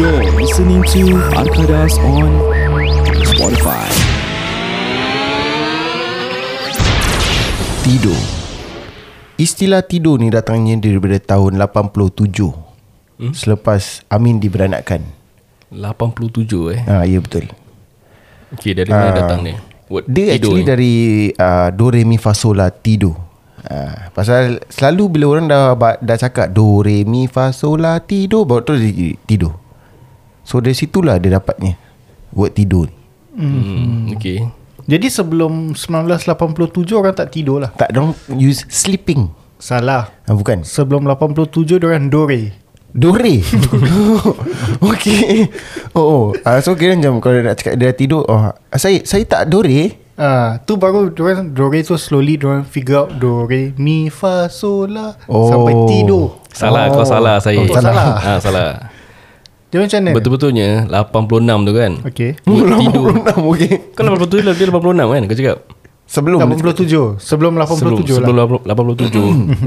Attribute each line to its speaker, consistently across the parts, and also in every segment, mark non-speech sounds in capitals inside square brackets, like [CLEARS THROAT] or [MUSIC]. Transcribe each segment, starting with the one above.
Speaker 1: You're listening to Arkadas on Spotify.
Speaker 2: Tidur Istilah tidur ni datangnya daripada tahun 87 hmm? Selepas Amin diberanakkan
Speaker 3: 87 eh
Speaker 2: ha, Ya betul
Speaker 3: Okay dari
Speaker 2: Ah.
Speaker 3: mana datang ni Word
Speaker 2: Dia
Speaker 3: tidur
Speaker 2: actually
Speaker 3: ni.
Speaker 2: dari uh, Do Re Mi Fa Sol La Tidur ha, Pasal selalu bila orang dah ba- dah cakap Do Re Mi Fa Sol La Tidur Baru terus dia tidur So dari situlah dia dapatnya Word tidur ni
Speaker 3: hmm, Okay
Speaker 4: Jadi sebelum 1987 orang tak tidur lah.
Speaker 2: Tak dong use sleeping
Speaker 4: Salah.
Speaker 2: ha, Bukan
Speaker 4: Sebelum 87 orang dore.
Speaker 2: [LAUGHS] Dore Okay Oh, oh. Uh, So kira macam Kalau nak cakap dia tidur oh, Saya saya tak dore
Speaker 4: Ah, tu baru orang dore tu slowly orang figure out dore mi fa sol la
Speaker 2: Oh.
Speaker 4: sampai tidur.
Speaker 3: Salah oh. kau salah saya
Speaker 4: Oh,
Speaker 3: [LAUGHS]
Speaker 4: salah.
Speaker 3: ha, Salah
Speaker 4: Dia macam mana?
Speaker 3: Betul-betulnya 86 tu kan
Speaker 4: Okey.
Speaker 3: Word tidur
Speaker 2: 86 okay
Speaker 3: Kau 87 lah Dia 86 kan Kau cakap
Speaker 2: Sebelum
Speaker 4: 87. Sebelum 87
Speaker 3: sebelum,
Speaker 4: lah.
Speaker 3: sebelum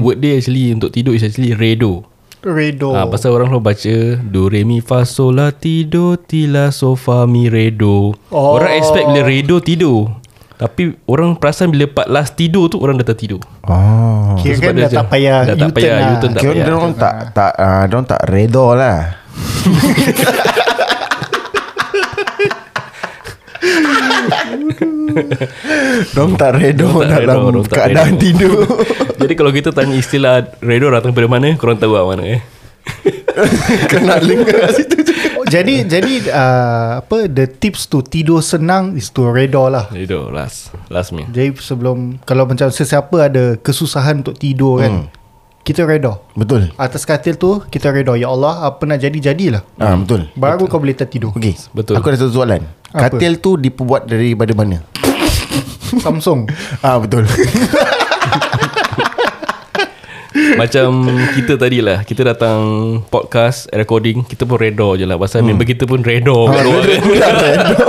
Speaker 3: 87 Word dia actually Untuk tidur is actually Redo
Speaker 4: Redo.
Speaker 3: Ah, pasal orang selalu baca Do re mi fa sol la ti do ti la so fa mi re do. Oh.
Speaker 4: Oh.
Speaker 3: Orang expect bila re do tidur. Tapi orang perasan bila part last tidur tu orang dah tertidur.
Speaker 2: Oh
Speaker 4: Kira
Speaker 3: Sebab
Speaker 4: kan
Speaker 3: dia
Speaker 4: dah
Speaker 3: macam-
Speaker 4: tak payah
Speaker 3: dah tak
Speaker 4: U-turn
Speaker 3: payah
Speaker 4: lah.
Speaker 3: U-turn tak
Speaker 2: Kira dia
Speaker 3: payah.
Speaker 2: orang tak tak uh, dia orang tak redha lah. Dong tak redha
Speaker 3: Dorang
Speaker 2: nak
Speaker 3: tak redha,
Speaker 2: dalam
Speaker 3: dorang tak
Speaker 2: keadaan
Speaker 3: redha.
Speaker 2: tidur.
Speaker 3: [LAUGHS] Jadi kalau kita tanya istilah re do datang daripada mana, korang tahu lah mana eh.
Speaker 2: Kena lingkar situ.
Speaker 4: Oh, [LAUGHS] jadi jadi uh, apa the tips to tidur senang is to redo lah.
Speaker 3: Re do last last me.
Speaker 4: Jadi sebelum kalau macam sesiapa ada kesusahan untuk tidur
Speaker 3: Hmm.
Speaker 4: kan. Kita redo.
Speaker 2: Betul.
Speaker 4: Atas katil tu kita redo ya Allah apa nak jadi jadilah.
Speaker 2: Ah betul.
Speaker 4: Baru kau boleh tertidur.
Speaker 2: Okey.
Speaker 3: Betul.
Speaker 2: Aku ada satu soalan.
Speaker 4: Apa?
Speaker 2: Katil tu diperbuat daripada mana?
Speaker 4: [LAUGHS] Samsung.
Speaker 2: Ah betul.
Speaker 3: Macam kita tadi lah Kita datang podcast Recording Kita pun redo je lah Pasal member kita pun redo kat luar kan.
Speaker 2: Aku dah redha.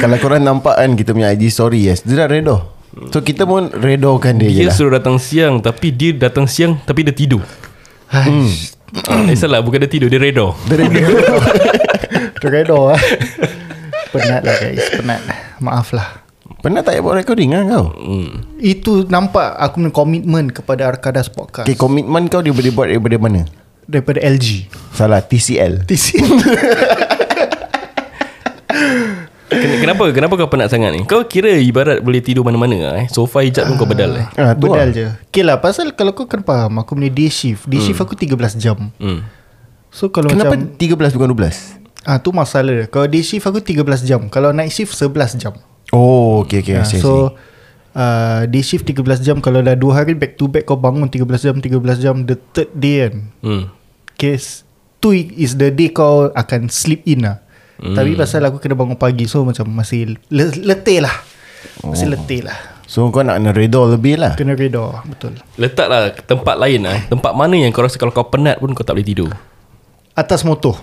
Speaker 2: Kalau korang nampak kan kita punya IG story yes, dia dah redha. So kita pun redokan dia je
Speaker 3: Dia
Speaker 2: lah.
Speaker 3: suruh datang siang Tapi dia datang siang Tapi dia tidur hmm. Eh salah bukan dia tidur Dia redo
Speaker 2: Dia redha.
Speaker 4: Teredo lah [LAUGHS] Penat lah guys Penat Maaf lah
Speaker 2: Pernah tak buat recording lah kau?
Speaker 4: Itu nampak Aku punya komitmen Kepada Arkadas Podcast
Speaker 2: Okay, komitmen kau dia boleh buat daripada mana?
Speaker 4: Daripada LG
Speaker 2: Salah, TCL.
Speaker 4: TCL
Speaker 3: Ken- Kenapa Kenapa kau penat sangat ni Kau kira ibarat Boleh tidur mana-mana lah, eh Sofa hijab pun kau bedal eh
Speaker 2: [LAUGHS] Ah, tu
Speaker 4: Bedal
Speaker 2: lah.
Speaker 4: je Okay lah Pasal kalau kau kena faham Aku punya day shift Day shift aku 13 jam
Speaker 3: Hmm.
Speaker 4: So kalau
Speaker 2: Kenapa
Speaker 4: macam
Speaker 2: 13 bukan 12?
Speaker 4: ah tu masalah dia Kalau day shift aku 13 jam Kalau night shift 11 jam
Speaker 2: Oh, okay, okay. Yeah,
Speaker 4: Ah,
Speaker 2: see, so,
Speaker 4: So uh, day shift 13 jam Kalau dah 2 hari back to back Kau bangun 13 jam 13 jam The third day kan
Speaker 3: hmm.
Speaker 4: case tu is the day kau akan sleep in lah. Mm. Tapi pasal aku kena bangun pagi so macam masih le- letih lah. Masih oh. letih lah.
Speaker 2: so, kau nak kena redha lebih lah.
Speaker 4: Kena reda betul.
Speaker 3: Letaklah tempat lain lah eh. Tempat mana yang kau rasa Kalau kau penat pun Kau tak boleh tidur
Speaker 4: Atas motor.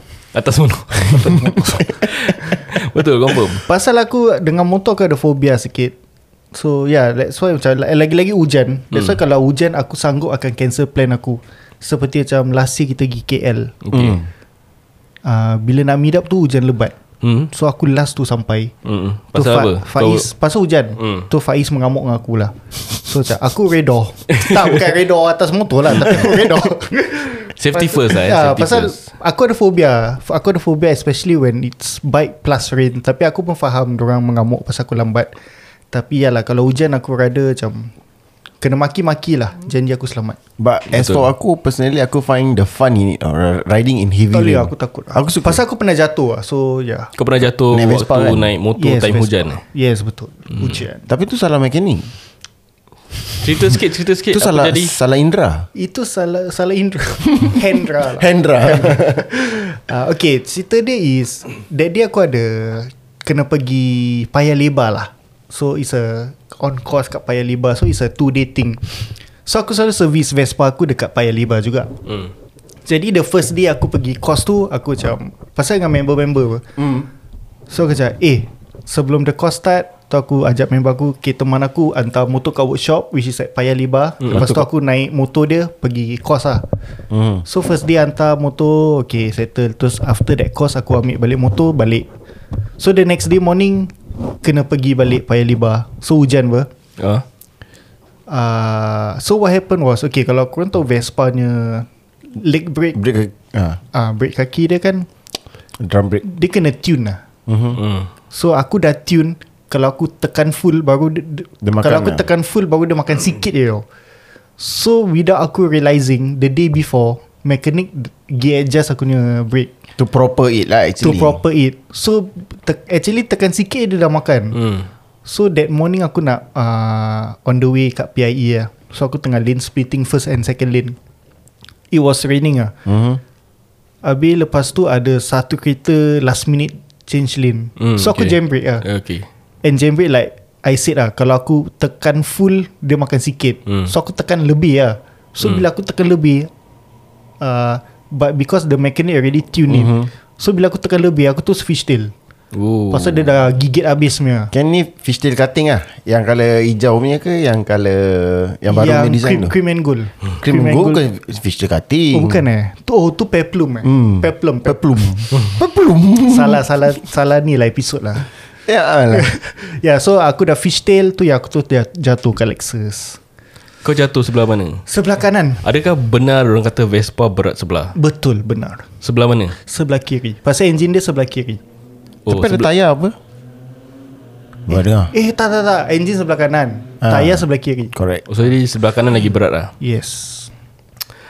Speaker 2: [LAUGHS]
Speaker 3: Atas mana Betul confirm
Speaker 4: Pasal aku dengan motor aku ada fobia sikit. So yeah that's why macam lagi-lagi hujan. That's why kalau hujan aku sanggup akan cancel plan aku. Seperti macam last year kita pergi KL.
Speaker 3: Okay
Speaker 2: Hmm.
Speaker 4: Uh, bila nak meet up tu hujan lebat.
Speaker 3: hmm.
Speaker 4: So aku last tu sampai.
Speaker 3: Hmm.
Speaker 4: Tu
Speaker 3: Pasal
Speaker 4: Fa-
Speaker 3: apa
Speaker 4: Faiz
Speaker 3: Kau-
Speaker 4: Pasal hujan
Speaker 3: Hmm.
Speaker 4: Tu Faiz mengamuk dengan aku lah So macam Aku reda
Speaker 3: [LAUGHS]
Speaker 4: Tak bukan reda atas motor lah Tapi aku reda
Speaker 3: Safety first lah eh.
Speaker 4: Ya,
Speaker 3: Safety
Speaker 4: Pasal
Speaker 3: first.
Speaker 4: Aku ada fobia F- Aku ada fobia Especially when it's Bike plus rain Tapi aku pun faham Diorang mengamuk Pasal aku lambat Tapi yalah Kalau hujan aku rada macam Kena maki-maki lah Janji aku selamat
Speaker 2: But as
Speaker 3: Betul.
Speaker 2: for aku, personally, aku find the fun in it. Or riding in heavy
Speaker 4: Tak boleh
Speaker 2: rain.
Speaker 4: aku takut
Speaker 2: Aku suka.
Speaker 4: Pasal aku pernah jatuh lah So yeah
Speaker 3: Kau pernah jatuh
Speaker 2: Naik
Speaker 3: Waktu
Speaker 2: Vespa kan?
Speaker 3: naik motor yes, Time
Speaker 4: Vespa.
Speaker 3: hujan eh?
Speaker 4: Yes betul Hujan
Speaker 2: Tapi tu salah mekanik.
Speaker 3: Cerita sikit Cerita sikit
Speaker 2: Itu
Speaker 3: Apa
Speaker 2: salah
Speaker 3: jadi
Speaker 2: salah Indra.
Speaker 4: Itu salah salah Indra [LAUGHS] Hendra lah [LAUGHS]
Speaker 2: Hendra.
Speaker 4: uh, okay, cerita dia is that day aku ada kena pergi Paya Lebar lah. So it's a on course kat Paya Lebar. So it's a two day thing. So aku selalu servis Vespa aku dekat Paya Lebar juga.
Speaker 3: hmm.
Speaker 4: Jadi the first day aku pergi course tu aku macam pasal dengan member-member. Mm. So aku macam eh sebelum the course start Tu aku ajak member aku Okay teman aku Hantar motor kat workshop Which is at Paya Lebar mm, Lepas tu aku naik motor dia Pergi course lah mm. So first day hantar motor Okay settle Terus after that course Aku ambil balik motor Balik So the next day morning Kena pergi balik Paya Lebar So hujan ber
Speaker 3: Ah.
Speaker 4: uh, So what happened was Okay kalau korang tahu Vespa nya Leg brake
Speaker 2: [LAUGHS] Break ha,
Speaker 4: ah uh, Brake kaki dia kan
Speaker 2: Drum break
Speaker 4: Dia kena tune lah
Speaker 3: Mm.
Speaker 4: So aku dah tune Kalau aku tekan full Baru dia,
Speaker 2: Dia
Speaker 4: dia
Speaker 2: makan
Speaker 4: Kalau aku
Speaker 2: lah.
Speaker 4: tekan full Baru dia makan sikit je tau. So without aku realising The day before Mechanic Gear adjust aku punya brake
Speaker 2: To proper it lah actually
Speaker 4: To proper it So te- Actually tekan sikit Dia dah makan
Speaker 3: Mm.
Speaker 4: So that morning aku nak uh, On the way kat PIE lah So aku tengah lane splitting First and second lane It was raining lah
Speaker 2: mm-hmm.
Speaker 4: Habis lepas tu ada Satu kereta last minute Change lane
Speaker 3: Mm,
Speaker 4: So aku
Speaker 3: okay.
Speaker 4: jam brake
Speaker 2: ya.
Speaker 4: lah
Speaker 3: Okay.
Speaker 4: And jam brake like I said lah Kalau aku tekan full Dia makan sikit
Speaker 3: Hmm.
Speaker 4: So aku tekan lebih lah So bila aku tekan lebih uh, But because the mechanic already tune in So bila aku tekan lebih Aku tu fishtail
Speaker 3: Mm-hmm. Ooh.
Speaker 4: Pasal dia dah gigit habis punya
Speaker 2: Can ni fishtail cutting lah Yang colour hijau punya ke Yang colour Yang baru punya design
Speaker 4: Ya, cream,
Speaker 2: tu
Speaker 4: cream and
Speaker 3: Hmm.
Speaker 4: gold
Speaker 2: Cream gold ke fishtail cutting
Speaker 4: Oh bukan eh tu, Oh tu peplum eh hmm. Peplum pe- [LAUGHS]
Speaker 2: Peplum Peplum
Speaker 4: Salah salah salah ni lah episod
Speaker 2: [LAUGHS]
Speaker 4: lah
Speaker 2: Ya
Speaker 4: [LAUGHS]
Speaker 2: lah
Speaker 4: Ya yeah, so aku dah fishtail Tu yang aku tu dah jatuh kat Lexus
Speaker 3: Kau jatuh sebelah mana?
Speaker 4: Sebelah kanan
Speaker 3: Adakah benar orang kata Vespa berat sebelah?
Speaker 4: Betul benar
Speaker 3: Sebelah mana? Oh,
Speaker 4: Sebelah kiri Pasal enjin dia sebelah kiri
Speaker 2: Tapi ada
Speaker 3: sebelah,
Speaker 2: tayar apa Buat dengar
Speaker 4: Eh tak tak tak Enjin sebelah kanan
Speaker 2: Ah.
Speaker 4: Tayar sebelah kiri
Speaker 2: Correct
Speaker 3: oh, so jadi sebelah kanan lagi berat lah.
Speaker 4: Yes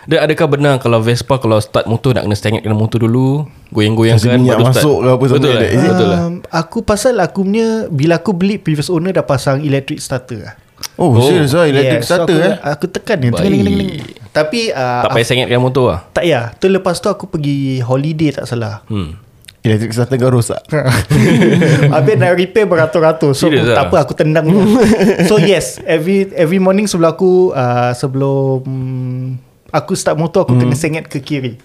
Speaker 3: Dan adakah benar kalau Vespa kalau start motor nak kena stengat kena motor dulu,
Speaker 2: Kasi
Speaker 3: goyang-goyangkan
Speaker 2: minyak
Speaker 3: baru start.
Speaker 2: masuk ke apa
Speaker 3: Betul
Speaker 2: something
Speaker 3: lah.
Speaker 2: like that, is it?
Speaker 3: Betul lah.
Speaker 4: um, Aku pasal aku punya Bila aku beli Previous owner dah pasang Electric starter lah
Speaker 2: Oh,
Speaker 3: Oh.
Speaker 2: oh serious lah Electric
Speaker 4: so
Speaker 2: starter
Speaker 4: aku,
Speaker 2: eh
Speaker 4: Aku tekan dia
Speaker 3: Baik.
Speaker 4: tling, tling, tling, tling. Tapi uh,
Speaker 3: Tak
Speaker 4: tak,
Speaker 3: payah sengatkan motor lah.
Speaker 4: tak ya Tu lepas tu aku pergi Holiday tak
Speaker 3: [LAUGHS]
Speaker 4: salah
Speaker 3: Hmm.
Speaker 2: Electric starter kau rosak
Speaker 4: Ha. Habis nak repair beratus-ratus So
Speaker 3: Serious
Speaker 4: Serious
Speaker 3: lah?
Speaker 4: tak apa aku tendang
Speaker 3: [LAUGHS]
Speaker 4: dia. So yes Every every morning sebelum aku uh, Sebelum Aku start motor
Speaker 3: Hmm.
Speaker 4: Aku mm. kena sengat ke kiri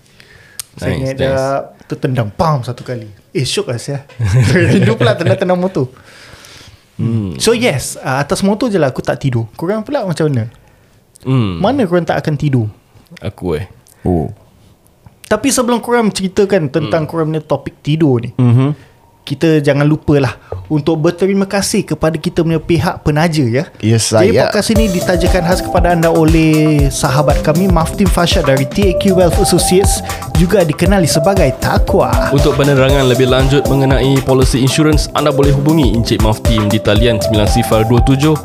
Speaker 4: Sengat
Speaker 3: nice.
Speaker 4: nice, Tu tendang Pam satu kali Eh syok lah saya Rindu pula tendang-tendang motor mm. So yes uh, Atas motor je lah aku tak tidur Korang pula macam mana
Speaker 3: Hmm.
Speaker 4: mm. Mana korang tak akan tidur
Speaker 3: Aku eh.
Speaker 2: Oh
Speaker 4: Tapi sebelum korang ceritakan Tentang mm. korang punya topik tidur ni
Speaker 2: mm-hmm.
Speaker 4: kita jangan lupalah untuk berterima kasih kepada kita punya pihak penaja ya.
Speaker 2: Yes,
Speaker 4: Jadi
Speaker 2: saya.
Speaker 4: podcast ini ditajakan khas kepada anda oleh sahabat kami Maftin Fashad dari TAQ Wealth Associates juga dikenali sebagai Takwa.
Speaker 3: Untuk penerangan lebih lanjut mengenai polisi insurans, anda boleh hubungi Encik Maftim di talian 9027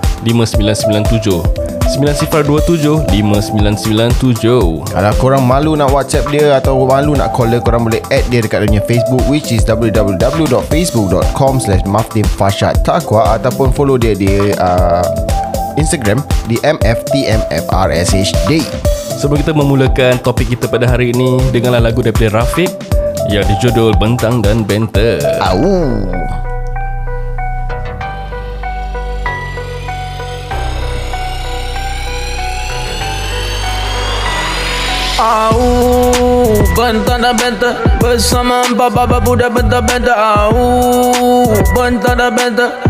Speaker 3: 5997. 9027 5997.
Speaker 2: Kalau korang malu nak WhatsApp dia Atau malu nak call dia Korang boleh add dia dekat dia punya Facebook Which is www.facebook.com Slash Takwa Ataupun follow dia di uh, Instagram Di MFTMFRSHD
Speaker 3: Sebelum kita memulakan topik kita pada hari ini, dengarlah lagu daripada Rafiq yang dijudul Bentang dan Benter.
Speaker 2: Au
Speaker 5: Au Bentar dan bentar Bersama empat bapa budak bentar-bentar Au Bentar dan bentar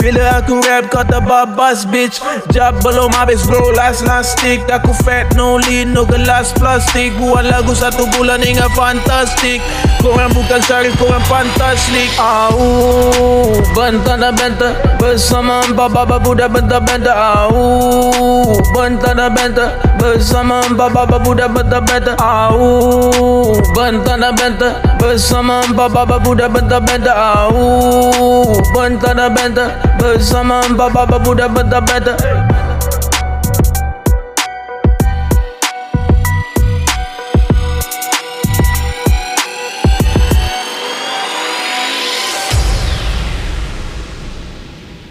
Speaker 5: Bila aku rap kau terbabas bitch Jab belum habis bro last last stick Aku fat no lean no gelas plastik Buat lagu satu bulan hingga fantastik Korang bukan syarif korang fantastik Au Bentar dan bentar Bersama empat baba budak bentar-bentar Au Bentar dan bentar Bersama empat baba budak bentar-bentar Au Bentar dan bentar Bersama empat baba budak bentar-bentar Au Bentar dan bentar Bersama empat baba budak bentar-bentar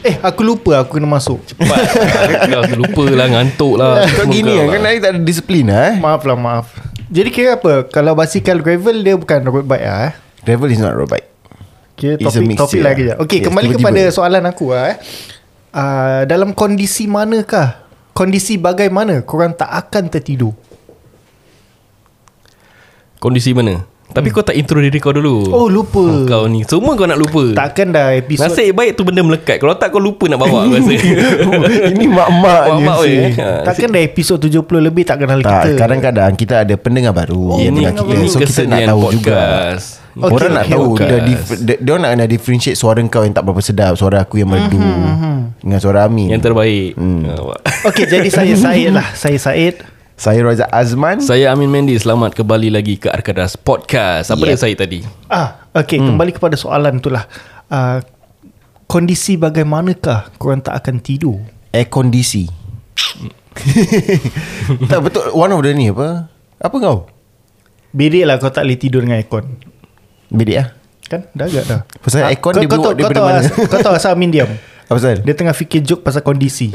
Speaker 4: Eh Eh aku lupa aku kena masuk
Speaker 2: Eh.
Speaker 3: Cepat Kau lupa lah Ngantuk lah
Speaker 2: Kau
Speaker 3: Semua
Speaker 2: gini kan Nari tak ada disiplin lah eh
Speaker 4: Maaf lah maaf Jadi kira apa Kalau basikal gravel Dia bukan road bike lah eh
Speaker 2: Gravel is not road bike
Speaker 4: Okay,
Speaker 2: It's a
Speaker 4: topik,
Speaker 2: mixture. lah.
Speaker 4: topik lagi je. Okay,
Speaker 2: Yes,
Speaker 4: kembali
Speaker 2: tiba-tiba.
Speaker 4: kepada soalan aku lah, eh. Uh, dalam kondisi manakah? Kondisi bagaimana korang tak akan tertidur?
Speaker 3: Kondisi mana Tapi kau tak intro diri kau dulu
Speaker 4: Oh, lupa.
Speaker 3: Kau ni Semua kau nak lupa
Speaker 4: Takkan dah episod
Speaker 3: Nasib baik tu benda melekat Kalau tak kau lupa nak bawa aku rasa
Speaker 2: [LAUGHS] Ini mak-mak
Speaker 3: Mak-mak
Speaker 2: je
Speaker 3: weh.
Speaker 2: sih.
Speaker 3: Ha,
Speaker 4: Takkan dah episod 70 lebih tak kenal
Speaker 2: Tak,
Speaker 4: Eh, kita.
Speaker 2: kadang-kadang kita ada pendengar baru
Speaker 3: Oh, Ini
Speaker 2: pendengar kita.
Speaker 3: ini
Speaker 2: So kita nak
Speaker 3: kesenian
Speaker 2: tahu juga
Speaker 3: podcast.
Speaker 4: Okay,
Speaker 2: Orang nak
Speaker 4: okay,
Speaker 2: tahu
Speaker 3: okay.
Speaker 2: dia, dif- dia, dia nak kena differentiate suara kau yang tak berapa sedap, suara aku yang merdu dengan suara Amin.
Speaker 3: Yang terbaik hmm.
Speaker 4: Okey, jadi
Speaker 2: [LAUGHS]
Speaker 4: saya Said lah. Saya Said.
Speaker 2: Saya Razak Azman.
Speaker 3: Saya Amin Mendy Selamat kembali lagi ke Arkadas Podcast Apa yeah. dia saya tadi
Speaker 4: Ah, okey, hmm. kembali kepada soalan tu lah. Uh, kondisi bagaimanakah korang tak akan tidur?
Speaker 2: Air [LAUGHS] kondisi. tak betul one of the ni apa? Apa kau?
Speaker 4: Bedek lah kau tak boleh tidur dengan aircon.
Speaker 2: Bedek ah.
Speaker 4: Kan? Dah agak dah.
Speaker 2: Pasal
Speaker 4: Ah,
Speaker 2: aircon
Speaker 4: kau-
Speaker 2: dia
Speaker 4: kau
Speaker 2: buat
Speaker 4: tahu-
Speaker 2: daripada
Speaker 4: kau tahu
Speaker 2: mana?
Speaker 4: asal- Kau tahu asal Amin diam?
Speaker 2: Apa pasal?
Speaker 4: Dia tengah fikir joke pasal kondisi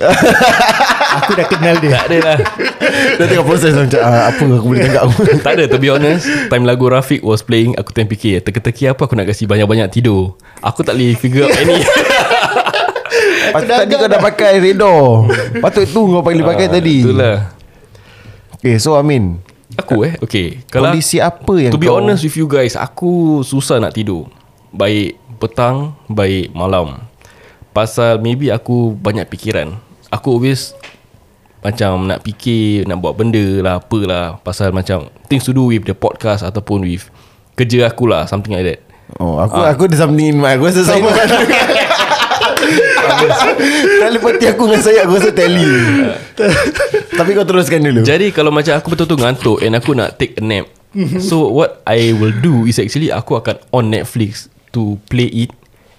Speaker 4: Aku dah kenal
Speaker 3: Tak
Speaker 4: dia
Speaker 3: ada lah
Speaker 2: Dia tengah proses macam ah, apa aku boleh tangkap aku.
Speaker 3: Tak ada to be honest Time lagu Rafiq was playing Aku tengah fikir Teka-teki apa aku nak kasi banyak-banyak tidur Aku tak boleh figure
Speaker 2: [LAUGHS]
Speaker 3: out any
Speaker 2: [LAUGHS] Patut tadi kau dah Ah, pakai redor. Patut tu kau panggil pakai tadi.
Speaker 3: Itulah
Speaker 2: Okay, so Amin.
Speaker 3: Aku eh Okay
Speaker 2: Kondisi apa yang
Speaker 3: To be
Speaker 2: kau-
Speaker 3: honest with you guys Aku susah nak tidur Baik petang Baik malam Pasal maybe aku banyak pikiran Aku always Macam nak fikir Nak buat benda lah Apalah Pasal macam Things to do with the podcast Ataupun with Kerja akulah Something like that
Speaker 2: Oh, aku aku ada something in mind. Aku rasa [LAUGHS] saya Telepati aku dengan saya Aku rasa tally [LAUGHS] Tapi kau teruskan dulu
Speaker 3: Jadi kalau macam aku betul-betul ngantuk And aku nak take a nap So what I will do Is actually Aku akan on Netflix To play it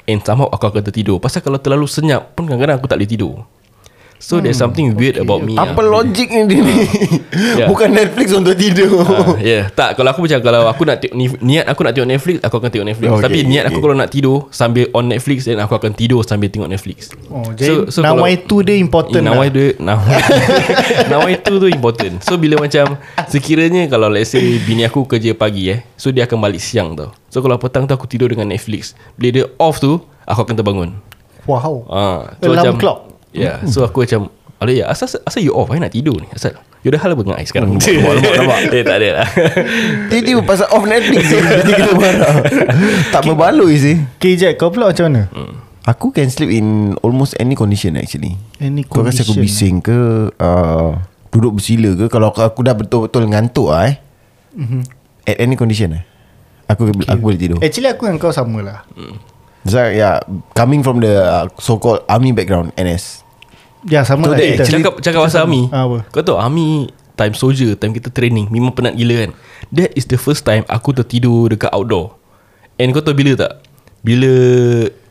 Speaker 3: And somehow aku akan tertidur Pasal kalau terlalu senyap Pun kadang-kadang aku tak boleh tidur So hmm, there's something weird about me
Speaker 2: Apa
Speaker 3: lah.
Speaker 2: logik ni dia [LAUGHS] ni
Speaker 3: Ya.
Speaker 2: Bukan Netflix untuk tidur
Speaker 3: Ah, yeah. Tak kalau aku macam Kalau aku nak tengok ni- Niat aku nak tengok Netflix Aku akan tengok Netflix
Speaker 2: Okay,
Speaker 3: Tapi niat aku
Speaker 2: okay.
Speaker 3: kalau nak tidur Sambil on Netflix Dan aku akan tidur Sambil tengok Netflix
Speaker 4: Oh, jadi so, so nawai tu dia important
Speaker 3: Eh,
Speaker 4: lah.
Speaker 3: nawai dia nawai, [LAUGHS] nawai tu tu important So bila macam Sekiranya kalau let's say Bini aku kerja pagi eh So dia akan balik siang tau So kalau petang tu aku tidur dengan Netflix Bila dia off tu Aku akan terbangun
Speaker 4: Wow
Speaker 3: ah,
Speaker 4: Alarm clock.
Speaker 3: Ya yeah, So aku macam Alah ya asal, asal you off I nak tidur ni Asal You dah hal apa dengan I [LAUGHS] sekarang
Speaker 2: nampak, nampak.
Speaker 3: Eh tak ada [LAUGHS] lah
Speaker 2: Tiba-tiba pasal off Netflix [LAUGHS] je, Jadi kita marah Tak berbaloi sih
Speaker 4: Okay Jack kau pula macam mana?
Speaker 2: Aku can sleep in Almost any condition actually
Speaker 4: Any
Speaker 2: Kau rasa aku bising
Speaker 4: condition.
Speaker 2: ke uh, Duduk bersila ke Kalau aku, aku dah betul-betul ngantuk lah eh
Speaker 4: Mhm.
Speaker 2: At any condition eh Aku, aku boleh tidur
Speaker 4: Actually aku dengan kau sama lah
Speaker 2: Zak, yeah, coming from the uh, so-called army background, NS.
Speaker 4: Ya sama lah
Speaker 3: Eh,
Speaker 4: kita
Speaker 3: cakap, cakap pasal Ami
Speaker 4: Ah, apa?
Speaker 3: Kau tahu Ami Time soldier Time kita training Memang penat gila kan That is the first time Aku tertidur dekat outdoor And kau tahu bila tak Bila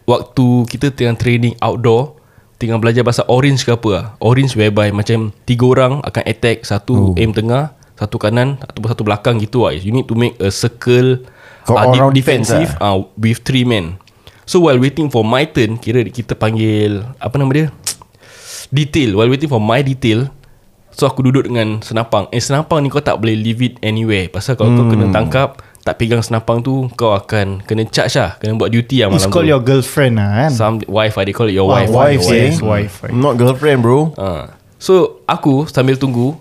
Speaker 3: Waktu kita tengah training outdoor Tengah belajar pasal orange ke apa lah. Orange whereby Macam Tiga orang akan attack Satu oh. aim tengah Satu kanan Atau satu belakang gitu lah You need to make a circle
Speaker 2: Kau
Speaker 3: ah, de-
Speaker 2: all-round
Speaker 3: defensive
Speaker 2: defense
Speaker 3: uh, With three men So while waiting for my turn Kira kita panggil Apa nama dia detail while waiting for my detail so aku duduk dengan senapang eh senapang ni kau tak boleh leave it anywhere pasal kalau hmm. kau kena tangkap tak pegang senapang tu kau akan kena charge lah kena buat duty lah
Speaker 4: It's
Speaker 3: malam
Speaker 4: called
Speaker 3: tu
Speaker 4: your girlfriend lah kan
Speaker 3: some wife ah, they call it your
Speaker 4: Ah,
Speaker 3: wife
Speaker 4: wife,
Speaker 3: your
Speaker 4: eh. wife, right.
Speaker 2: Not girlfriend, bro.
Speaker 3: Ah. So aku sambil tunggu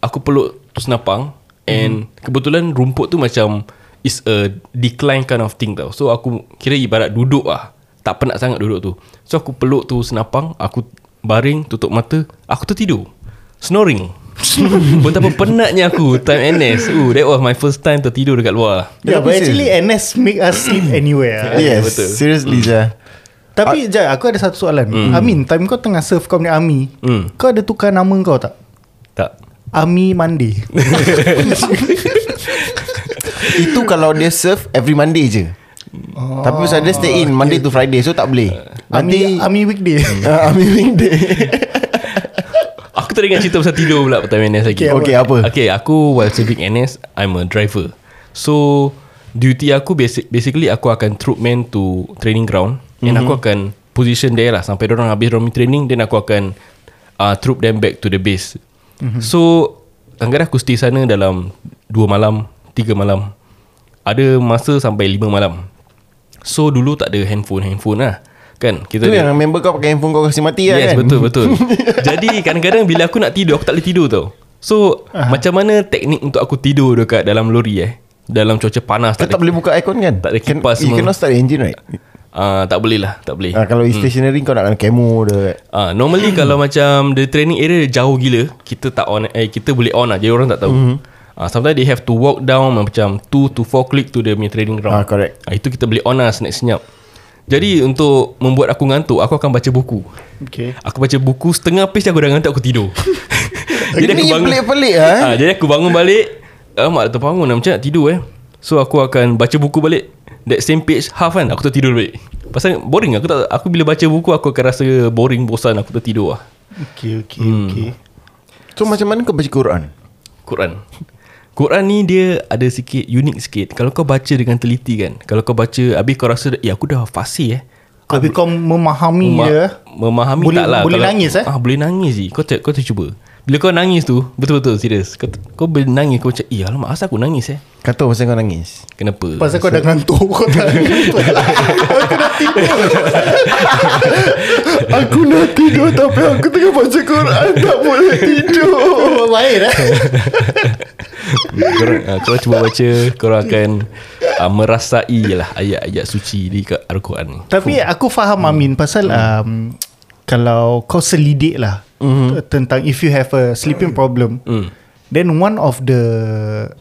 Speaker 3: Aku peluk tu senapang And kebetulan rumput tu macam Is a decline kind of thing tau So aku kira ibarat duduk lah Tak penat sangat duduk tu So aku peluk tu senapang Aku baring tutup mata Aku tertidur Snoring Betapa penatnya aku Time NS Ooh, That was my first time tertidur dekat luar
Speaker 2: Tapi
Speaker 4: Yeah, Ya, but
Speaker 2: serious.
Speaker 4: actually NS make us sleep anywhere. ah.
Speaker 2: Yes,
Speaker 3: betul.
Speaker 2: seriously, Zah.
Speaker 4: Tapi Jack, aku ada satu soalan. Amin, time kau tengah serve kau punya Ami,
Speaker 3: Hmm.
Speaker 4: kau ada tukar nama kau tak?
Speaker 3: Tak
Speaker 4: Ami Mandi.
Speaker 2: Itu kalau dia serve every Monday je. Oh, Uh, Tapi pasal dia stay in Monday to Friday So tak boleh
Speaker 4: Ami Ami weekday.
Speaker 2: uh, Ami weekday
Speaker 3: Aku teringat cerita pasal tidur pula Time NS lagi
Speaker 2: Okay, okay, apa?
Speaker 3: Okay aku while serving NS I'm a driver
Speaker 2: Mhm.
Speaker 3: So Duty aku basic, Basically aku akan troopman to Training ground And aku akan position there lah sampai orang habis dorang punya training then aku akan uh, troop them back to the base.
Speaker 2: Mhm.
Speaker 3: Mm-hmm. So Anggaran aku stay sana dalam 2 malam 3 malam Ada masa sampai 5 malam So dulu tak ada handphone-handphone lah Kan kita
Speaker 2: Tu
Speaker 3: ada-
Speaker 2: yang member kau pakai handphone kau kasi mati lah
Speaker 3: Yes
Speaker 2: kan
Speaker 3: betul
Speaker 2: [LAUGHS]
Speaker 3: betul Jadi kadang-kadang bila aku nak tidur Aku tak boleh tidur tau So uh-huh. macam mana teknik untuk aku tidur dekat dalam lori eh Dalam cuaca panas
Speaker 2: Kau tak boleh buka aircon kan
Speaker 3: Tak ada
Speaker 2: Can-
Speaker 3: kipas
Speaker 2: You
Speaker 3: semua.
Speaker 2: cannot start the engine right
Speaker 3: uh, Tak boleh lah tak boleh
Speaker 2: Ah, Kalau hmm. stationary kau nak kena camo dia
Speaker 3: Ah, normally kalau macam the training area jauh gila, kita tak on eh kita boleh on lah. Jadi orang tak tahu.
Speaker 2: Mhm.
Speaker 3: Mm-hmm. Ah, sometimes they have to walk down macam 2 to 4 click to the main training ground.
Speaker 2: Ah, correct.
Speaker 3: Ah, itu kita boleh on lah snack senyap. Jadi untuk membuat aku ngantuk, aku akan baca buku.
Speaker 4: Okay
Speaker 3: Aku baca buku setengah page aku dah ngantuk aku tidur.
Speaker 2: [LAUGHS] Ini pelik-pelik lah, eh?
Speaker 3: Ah, jadi aku bangun balik. Amat terbangun lah, macam nak tidur eh. So aku akan baca buku balik. That same page half kan aku tertidur balik. Pasal boring aku tak aku bila baca buku aku akan rasa boring bosan aku tertidur lah.
Speaker 4: Okay okay hmm. okay
Speaker 2: So macam mana kau baca Quran
Speaker 3: Quran. Quran ni dia ada sikit unik sikit. Kalau kau baca dengan teliti kan. Kalau kau baca habis kau rasa eh aku dah fasih eh.
Speaker 4: Habis kau memahami
Speaker 3: Mema-
Speaker 4: dia
Speaker 3: Memahami
Speaker 4: boleh,
Speaker 3: tak lah
Speaker 4: Boleh
Speaker 3: kalau,
Speaker 4: nangis eh
Speaker 3: ah, Boleh nangis je Kau, ter, kau tercuba Bila kau nangis tu Betul-betul serius Kau, kau boleh nangis Kau macam Eh alamak asal aku nangis eh
Speaker 2: Kata pasal kau nangis
Speaker 3: Kenapa
Speaker 4: Pasal kau dah ngantuk Kau tak Aku dah tidur
Speaker 2: Aku nak tidur tapi aku tengah baca Quran Tak boleh
Speaker 4: Tidur Baik eh
Speaker 3: korang, ah, korang cuba baca Korang akan ah, Merasai lah Ayat-ayat suci Di kat Al-Quran ni
Speaker 4: Tapi aku faham
Speaker 3: Hmm.
Speaker 4: Amin Pasal um, Kalau kau selidik lah
Speaker 3: Hmm.
Speaker 4: mm-hmm. Tentang if you have a sleeping problem mm. Then one of the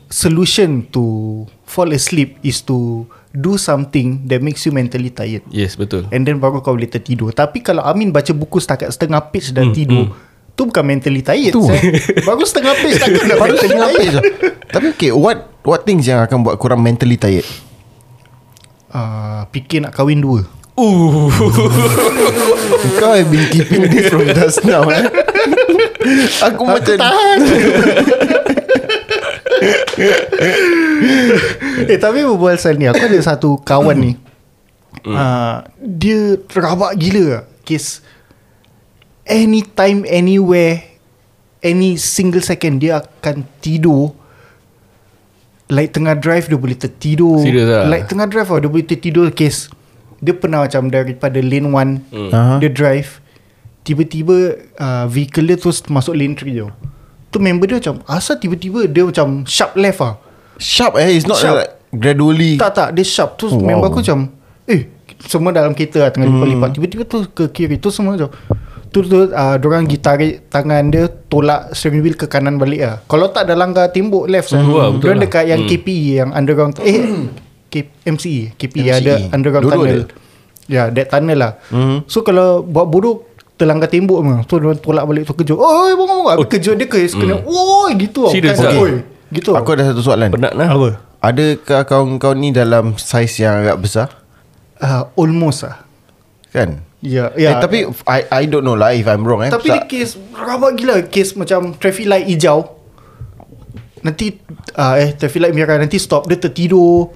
Speaker 4: Solution to Fall asleep Is to Do something That makes you mentally tired
Speaker 3: Yes betul
Speaker 4: And then baru kau boleh tertidur Tapi kalau Amin baca buku Setakat setengah page dan tidur Tu bukan mentally tired tu.
Speaker 2: [LAUGHS]
Speaker 4: Baru setengah page Takkan dah
Speaker 2: Baru
Speaker 4: mentally
Speaker 2: tengah
Speaker 4: tired
Speaker 2: page Tapi okay What what things yang akan buat korang mentally tired
Speaker 4: uh, Fikir nak kahwin dua
Speaker 2: Kau have been keeping this from just now eh? Aku macam
Speaker 4: Eh tapi berbual pasal ni Aku ada satu kawan ni
Speaker 3: Hmm.
Speaker 4: uh, Dia terabak gila lah Kes Anytime Anywhere Any single second Dia akan tidur Like tengah drive Dia boleh tertidur
Speaker 3: Serious lah?
Speaker 4: Like tengah drive tau, Dia boleh tertidur Kes Dia pernah macam Daripada lane 1
Speaker 3: Hmm.
Speaker 2: Aha.
Speaker 4: Dia drive Tiba-tiba uh, Vehicle dia terus Masuk lane 3 tau Tu member dia macam Asal tiba-tiba Dia macam Sharp left ah.
Speaker 2: Sharp eh It's not
Speaker 4: Sharp.
Speaker 2: like Gradually
Speaker 4: Tak tak Dia sharp Terus
Speaker 2: Wow.
Speaker 4: wow. member aku macam Eh Semua dalam kereta lah Tengah lipat-lipat Tiba-tiba tu ke kiri Terus semua macam Tu tu uh, Diorang gitarik Tangan dia Tolak steering wheel ke kanan balik lah Kalau tak dah langgar Tembok left
Speaker 3: Hmm, wah,
Speaker 4: hmm.
Speaker 3: betul
Speaker 4: Diorang
Speaker 3: lah.
Speaker 4: dekat yang KPE Yang underground Eh K- MCE KPE ada
Speaker 2: MCE.
Speaker 4: Underground
Speaker 2: Dulu
Speaker 4: tunnel
Speaker 2: ada.
Speaker 4: Ya yeah, that tunnel lah So kalau Buat bodoh Terlanggar tembok mah So diorang tolak balik Tu kejut Oi bangun bangun Habis Kejut dia kes Kena Oi gitu tau.
Speaker 3: Serious
Speaker 4: Bukan,
Speaker 3: ah?
Speaker 4: "Oi," Gitu
Speaker 2: Aku ada satu soalan
Speaker 3: Penat lah
Speaker 4: Apa
Speaker 2: Adakah kau-kau ni dalam saiz yang agak besar?
Speaker 4: uh, Almost lah
Speaker 2: Kan?
Speaker 4: Ya,
Speaker 2: Ya, eh,
Speaker 4: ya.
Speaker 2: tapi I I don't know lah if I'm wrong eh.
Speaker 4: tapi
Speaker 2: Tak-
Speaker 4: dia kes rabak gila kes macam traffic light hijau. Nanti uh, eh traffic light merah nanti stop dia tertidur.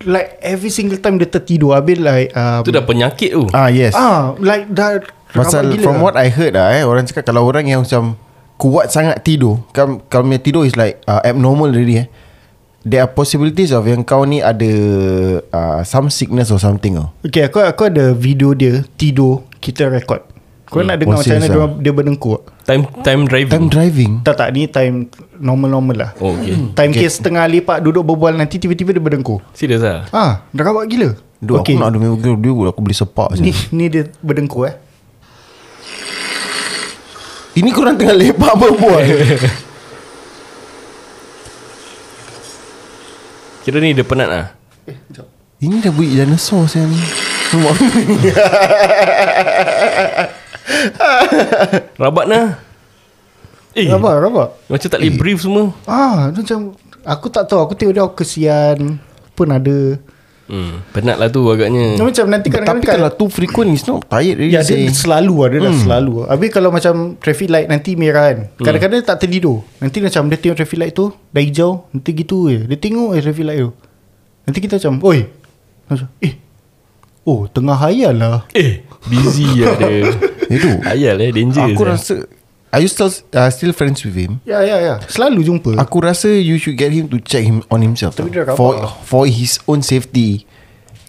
Speaker 4: Like every single time dia tertidur habis like um,
Speaker 3: Itu dah penyakit tu
Speaker 2: ah yes. Ah,
Speaker 4: ah like dah
Speaker 2: Pasal from what I heard lah eh orang cakap kalau orang yang macam kuat sangat tidur, kau kau punya tidur is like uh, abnormal already eh. There are possibilities of yang kau ni ada uh, some sickness or something oh.
Speaker 4: Okay aku aku ada video dia tidur kita record. Kau nak
Speaker 2: Oh,
Speaker 4: dengar macam mana
Speaker 2: serious
Speaker 4: dia,
Speaker 2: ah?
Speaker 4: dia berdengkur?
Speaker 3: Time
Speaker 2: Time
Speaker 3: time driving
Speaker 2: driving.
Speaker 4: Tak tak ni time normal-normal lah.
Speaker 3: Oh okay
Speaker 4: Time okay. kes tengah lipat duduk berbual nanti tiba-tiba dia berdengkur.
Speaker 3: Serius lah
Speaker 4: Ah, dah rabak gila.
Speaker 2: Duh, okay. aku nak ada member girl dulu aku beli
Speaker 4: [LAUGHS]
Speaker 2: sepak
Speaker 4: Ni
Speaker 2: je.
Speaker 4: ni dia berdengkur eh.
Speaker 2: Ini korang tengah lepak berbual.
Speaker 3: Kira ni dia penat lah
Speaker 2: Ini dah bunyi dinosaur saya ni. Semua. [LAUGHS]
Speaker 3: Rabat lah Eh
Speaker 4: Rabak, rabak.
Speaker 3: Macam tak boleh brief semua
Speaker 4: Ah, dia macam aku tak tahu, aku tengok dia aku kesian pun ada.
Speaker 3: Hmm, penat lah tu agaknya
Speaker 4: Dia macam nanti kadang-kadang
Speaker 2: Hmm.
Speaker 4: kan-
Speaker 2: Tapi kalau Hmm. too frequent is not tired really.
Speaker 4: ya, dia
Speaker 2: say.
Speaker 4: selalu lah, dia dah selalu. lah. Habis kalau macam traffic light nanti merah kan.
Speaker 2: Hmm.
Speaker 4: Kadang-kadang dia tak tertidur. Nanti macam dia tengok traffic light tu dah hijau, nanti gitu je. Dia tengok eh traffic light tu. Nanti kita macam, "Oi." Macam, "Eh, Oh tengah hayal lah
Speaker 3: Eh Busy [LAUGHS] lah dia
Speaker 2: Itu
Speaker 3: Ayal eh Danger
Speaker 2: Aku rasa Are you still uh, still friends with him?
Speaker 4: Ya ya ya Selalu jumpa
Speaker 2: Aku rasa you should get him to check him on himself
Speaker 4: Tapi dia dah
Speaker 2: for
Speaker 4: rabak.
Speaker 2: for his own safety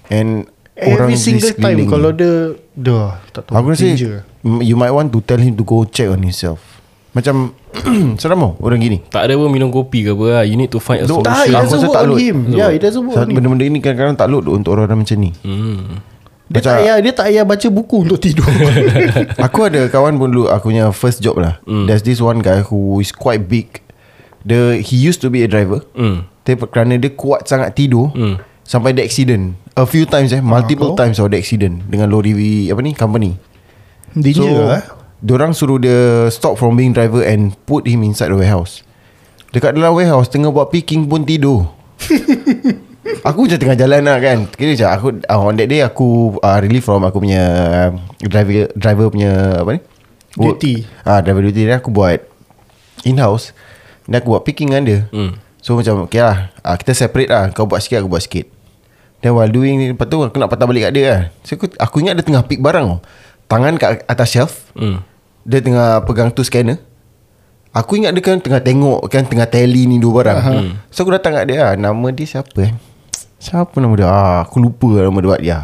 Speaker 2: and orang
Speaker 4: Every
Speaker 2: di
Speaker 4: single
Speaker 2: sekeliling
Speaker 4: time Kalau
Speaker 2: dia.
Speaker 4: dia Dah tak tahu
Speaker 2: aku rasa
Speaker 4: danger.
Speaker 2: m- you might want to tell him to go check on himself. Macam [CLEARS THROAT] seram tau orang gini.
Speaker 3: Tak ada pun minum kopi ke apa lah. You need to find a
Speaker 2: Dok,
Speaker 3: solution
Speaker 4: Tak
Speaker 2: Oh,
Speaker 4: it
Speaker 2: Aku
Speaker 4: doesn't
Speaker 2: rasa
Speaker 4: work
Speaker 2: tak
Speaker 4: on
Speaker 2: load.
Speaker 4: him Ya yeah, it doesn't work
Speaker 2: Sa-
Speaker 4: on him
Speaker 2: Benda-benda ni kadang-kadang tak load untuk orang-orang macam ni.
Speaker 4: Dia tak
Speaker 2: Macam-
Speaker 4: payah Dia tak payah baca buku untuk
Speaker 2: [LAUGHS]
Speaker 4: tidur
Speaker 2: aku ada kawan pun dulu aku punya first job lah. Mm. There's this one guy who is quite big. The he used to be a driver. Mm. Tapi kerana dia kuat sangat tidur mm. sampai dia accident. A few times eh, multiple
Speaker 4: kau.
Speaker 2: times dia accident dengan lori apa ni company.
Speaker 4: Danger
Speaker 2: so,
Speaker 4: lah
Speaker 2: Diorang suruh dia stop from being driver and put him inside the warehouse. Dekat dalam warehouse tengah buat picking pun tidur. aku macam tengah jalan lah kan. Kira macam aku uh, on that day aku uh, relief from aku punya um, driver driver punya apa ni? Work.
Speaker 4: Duty.
Speaker 2: Ah uh, driver duty dia aku buat in house dan aku buat picking dengan dia. Hmm. So macam okay lah uh, kita separate lah kau buat sikit aku buat sikit. Then while doing ni, Lepas tu aku nak patah balik kat dia lah So aku, aku ingat dia tengah pick barang tau. Tangan kat atas shelf mm. Dia tengah pegang tu scanner Aku ingat dia kan tengah tengok Kan tengah tally ni dua barang uh-huh. So aku datang kat dia lah Nama dia siapa eh Siapa nama dia ah, Aku lupa lah nama dia buat dia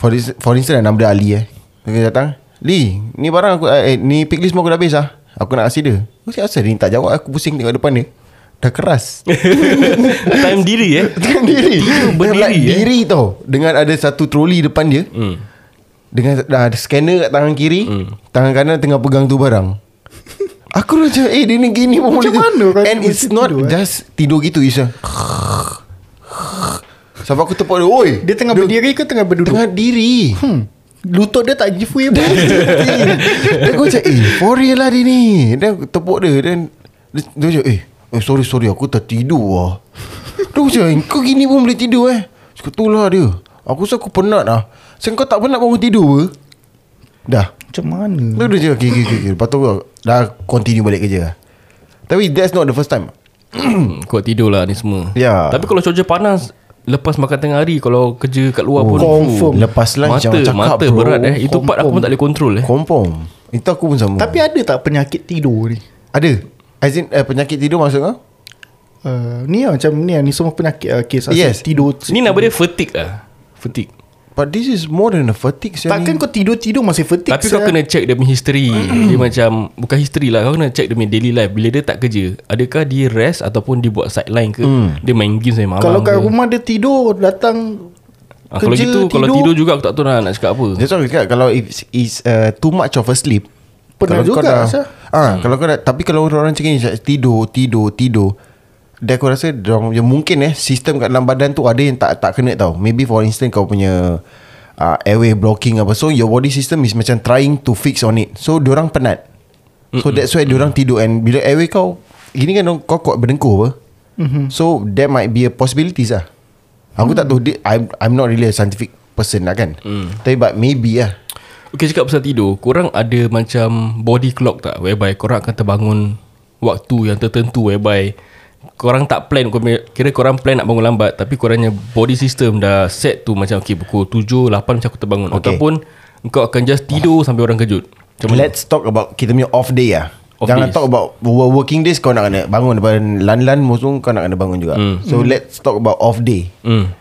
Speaker 2: For, this, for instance nama dia Ali eh Dia datang Li ni barang aku eh, Ni pick list semua aku dah habis lah Aku nak kasih dia Aku cakap asal dia ni tak jawab Aku pusing tengok depan dia Dah keras
Speaker 3: Time diri eh
Speaker 2: Dengan diri
Speaker 3: berdiri,
Speaker 2: Dengan like
Speaker 3: eh.
Speaker 2: diri tau Dengan ada satu troli depan dia hmm. Dengan dah ada scanner kat tangan kiri hmm. Tangan kanan tengah pegang tu barang Aku macam Eh dia ni gini pun boleh
Speaker 4: Macam
Speaker 2: tu.
Speaker 4: mana kau
Speaker 2: And
Speaker 4: tidur
Speaker 2: it's not
Speaker 4: tidur, eh?
Speaker 2: just Tidur gitu It's a
Speaker 4: [LAUGHS]
Speaker 2: Sampai aku tepuk dia Oi
Speaker 4: Dia tengah berdiri ke tengah berduduk
Speaker 2: Tengah diri hmm.
Speaker 4: Lutut dia tak give way
Speaker 2: [LAUGHS]
Speaker 4: pun
Speaker 2: Dia aku macam Eh for real lah dia ni Dia tepuk dia Then Dia, dia macam eh, eh sorry sorry Aku tertidur lah Dia macam "Eh, Kau gini pun boleh tidur eh Suka tu lah dia Aku rasa aku penat lah Sen kau tak penat bangun tidur ke Dah
Speaker 4: Macam mana
Speaker 2: Lalu dia cakap okay, okay, okay, okay. Lepas tu aku Dah continue balik kerja lah Tapi that's not the first time
Speaker 3: Hmm, Kuat tidur lah ni semua
Speaker 2: Ya.
Speaker 3: Tapi kalau cuaca panas Lepas makan tengah hari Kalau kerja kat luar pun
Speaker 4: Confirm.
Speaker 2: Oh, Lepas lunch
Speaker 3: Mata,
Speaker 2: jangan cakap
Speaker 3: mata
Speaker 2: bro.
Speaker 3: berat eh Itu part aku
Speaker 2: Confirm.
Speaker 3: pun tak boleh control eh
Speaker 2: Confirm Itu aku pun sama
Speaker 4: Tapi ada tak penyakit tidur ni
Speaker 2: Ada As in eh, penyakit tidur maksud kau
Speaker 4: Uh, ni lah macam ni lah Ni semua penyakit uh, Kes asal
Speaker 2: Yes.
Speaker 4: tidur
Speaker 3: Ni nama dia fatigue lah Fatigue
Speaker 2: But this is more than a fatigue sia
Speaker 4: Takkan
Speaker 2: ni.
Speaker 4: kau tidur-tidur Masih fatigue
Speaker 3: Tapi kau
Speaker 4: sia.
Speaker 3: kena check dia punya history Dia macam Bukan history lah Kau kena check dia punya daily life Bila dia tak kerja Adakah dia rest Ataupun dia buat sideline ke
Speaker 2: Hmm.
Speaker 3: Dia main game sampai malam
Speaker 4: Kalau
Speaker 3: ke
Speaker 4: kat rumah dia tidur Datang
Speaker 3: ah, Kalau
Speaker 4: kerja,
Speaker 3: gitu Kalau tidur juga Aku tak tahu lah nak cakap apa
Speaker 2: That's what aku cakap Kalau it's, it's uh, too much of a sleep kalau
Speaker 4: Penat juga,
Speaker 2: kau dah,
Speaker 4: Asal.
Speaker 2: ah, hmm. Kalau kau dah Tapi kalau orang-orang macam ni macam Tidur Tidur Tidur Dan aku rasa dorang, ya, Mungkin eh Sistem kat dalam badan tu Ada yang tak tak kena tau Maybe for instance Kau punya uh, Airway blocking apa So your body system Is macam trying to fix on it So diorang penat So mm that's why diorang tidur And bila airway kau Gini kan dong, kau kuat berdengkur apa mm-hmm. So there might be a possibilities lah Aku mm. tak tahu dia, I'm, I'm not really a scientific person lah kan mm. Tapi but maybe lah
Speaker 3: Okay cakap pasal tidur Korang ada macam Body clock tak Whereby korang akan terbangun Waktu yang tertentu Whereby Korang tak plan korang punya- Kira korang plan nak bangun lambat Tapi korangnya Body system dah set tu Macam okay Pukul 7 8 macam aku terbangun okay. Ataupun Kau akan just tidur Sampai orang kejut Macam mana?
Speaker 2: Let's talk about Kita punya off day lah
Speaker 3: Off
Speaker 2: Jangan
Speaker 3: days.
Speaker 2: talk about wo- Working days kau nak kena bangun Daripada lan-lan musuh Kau nak kena bangun juga mm.
Speaker 4: Hmm.
Speaker 2: So mm. let's talk about off day mm.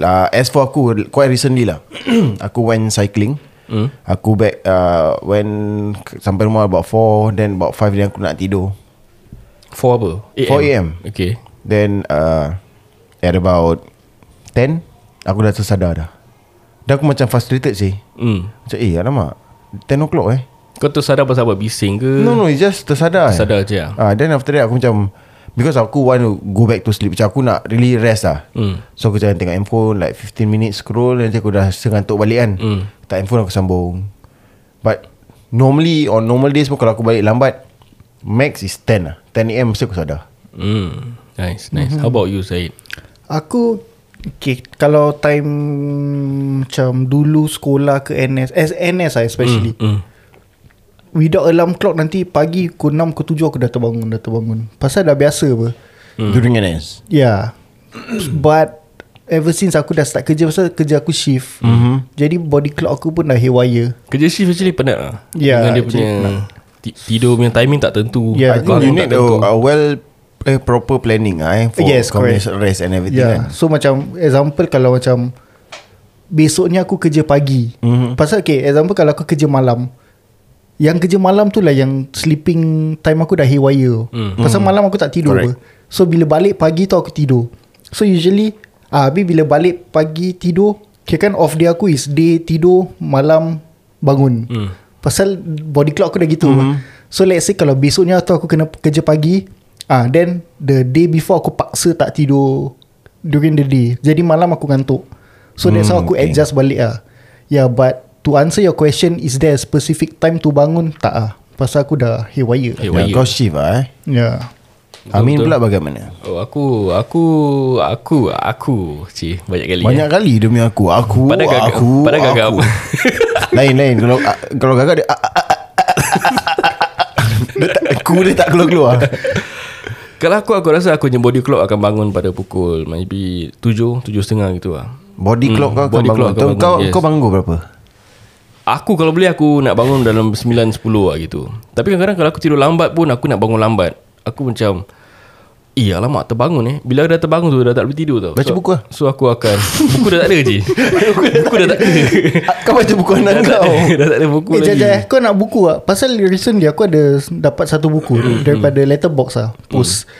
Speaker 2: uh, As for aku Quite recently
Speaker 4: [CLEARS THROAT]
Speaker 2: lah Aku went cycling
Speaker 3: Hmm?
Speaker 2: mm. Aku back uh, Went k- Sampai rumah about 4 Then about 5 Then aku nak tidur
Speaker 3: 4 apa?
Speaker 2: 4 AM.
Speaker 3: Okay
Speaker 2: Then uh, At about 10 Aku dah tersadar dah Dah aku macam frustrated sih
Speaker 3: hmm.
Speaker 2: Macam eh alamak 10 o'clock eh
Speaker 3: Kau tersadar pasal apa? Bising ke?
Speaker 2: No no it's just tersadar eh.
Speaker 3: Hmm. Tersadar je lah
Speaker 2: Ah, then after that aku macam Because aku want to go back to sleep Macam aku nak really rest lah
Speaker 3: Hmm.
Speaker 2: mm. So aku jangan tengok handphone Like 15 minutes scroll Nanti aku dah sengantuk balik kan
Speaker 3: Hmm.
Speaker 2: mm. Tak handphone aku sambung But Normally on normal days pun Kalau aku balik lambat Max is 10 lah 10 am mesti aku sadar
Speaker 3: hmm. Nice nice How about you Syed?
Speaker 4: Aku okay, Kalau time Macam dulu sekolah ke NS As NS lah especially mm,
Speaker 3: Hmm.
Speaker 4: Without alarm clock nanti Pagi pukul 6 ke 7 aku dah terbangun
Speaker 3: Hmm.
Speaker 4: Dah terbangun Pasal dah biasa apa
Speaker 2: During NS
Speaker 4: Yeah But Ever since aku dah start kerja Pasal kerja aku shift mm-hmm. Jadi body clock aku pun dah haywire
Speaker 3: Kerja shift actually penat lah
Speaker 4: Ya,
Speaker 3: Dengan dia
Speaker 4: actually
Speaker 3: punya ti- Tidur punya timing tak tentu
Speaker 4: Ya,
Speaker 2: I think
Speaker 3: Bangun
Speaker 2: you need a,
Speaker 3: tak tentu.
Speaker 2: a well eh, proper planning ah eh, for
Speaker 4: Yes, correct.
Speaker 2: communist rest and everything
Speaker 4: yeah.
Speaker 2: kan.
Speaker 4: So macam Example kalau macam Besoknya aku kerja pagi mm-hmm. Pasal okay Example kalau aku kerja malam Yang kerja malam tu lah Yang sleeping time aku dah haywire mm. Pasal malam aku tak tidur apa.
Speaker 2: Hmm. Correct.
Speaker 4: So bila balik pagi tu aku tidur So usually ah, Habis bila balik pagi tidur Kira kan off day aku is Day tidur Malam Bangun
Speaker 2: Hmm.
Speaker 4: mm. Pasal body clock aku dah gitu mm. So let's say kalau besoknya tu aku kena kerja pagi ah Then the day before aku paksa tak tidur During the day Jadi malam aku ngantuk So that's how aku
Speaker 2: Hmm, okay.
Speaker 4: adjust balik ah. Yeah but To answer your question Is there a specific time to bangun? Tak ah. Pasal aku dah haywire Ya.
Speaker 2: Yeah,
Speaker 3: Eh, wire.
Speaker 2: kau shift ah eh.
Speaker 4: Yeah
Speaker 2: Amin
Speaker 3: betul.
Speaker 2: pula bagaimana?
Speaker 3: Oh, aku aku aku aku cik banyak kali.
Speaker 2: Banyak
Speaker 3: Eh.
Speaker 2: kali demi aku. Aku
Speaker 3: Pada gagap.
Speaker 2: aku.
Speaker 3: pada gagap.
Speaker 2: aku. [LAUGHS] lain lain kalau ah, kalau gagap dia ah, ah, ah, [LAUGHS] ah, ah. dia tak, aku dia tak keluar-keluar.
Speaker 3: Kalau aku aku rasa aku punya body clock akan bangun pada pukul maybe 7, 7.30 gitu lah.
Speaker 2: Body clock
Speaker 3: Hmm,
Speaker 2: kau kau
Speaker 3: body clock
Speaker 2: bangun.
Speaker 3: kau
Speaker 2: Kau
Speaker 3: bangun,
Speaker 2: kau,
Speaker 3: yes.
Speaker 2: kau bangun berapa?
Speaker 3: Aku kalau boleh aku nak bangun dalam 9, 10 lah gitu. Tapi kadang-kadang kalau aku tidur lambat pun aku nak bangun lambat. Aku macam Eh alamak terbangun eh Bila dah terbangun tu Dah tak boleh tidur tau
Speaker 2: Baca
Speaker 3: so,
Speaker 2: buku lah.
Speaker 3: So aku akan Buku dah tak ada
Speaker 2: [LAUGHS]
Speaker 3: je Buku dah tak ada Ah,
Speaker 2: Kau baca buku anak
Speaker 3: Dah tak
Speaker 2: kau.
Speaker 3: ada, dah tak ada buku
Speaker 4: Eh
Speaker 3: lagi
Speaker 4: jajah Kau nak buku ah? Pasal recently aku ada s- Dapat satu
Speaker 3: Hmm,
Speaker 4: buku tu, Daripada letterbox lah Post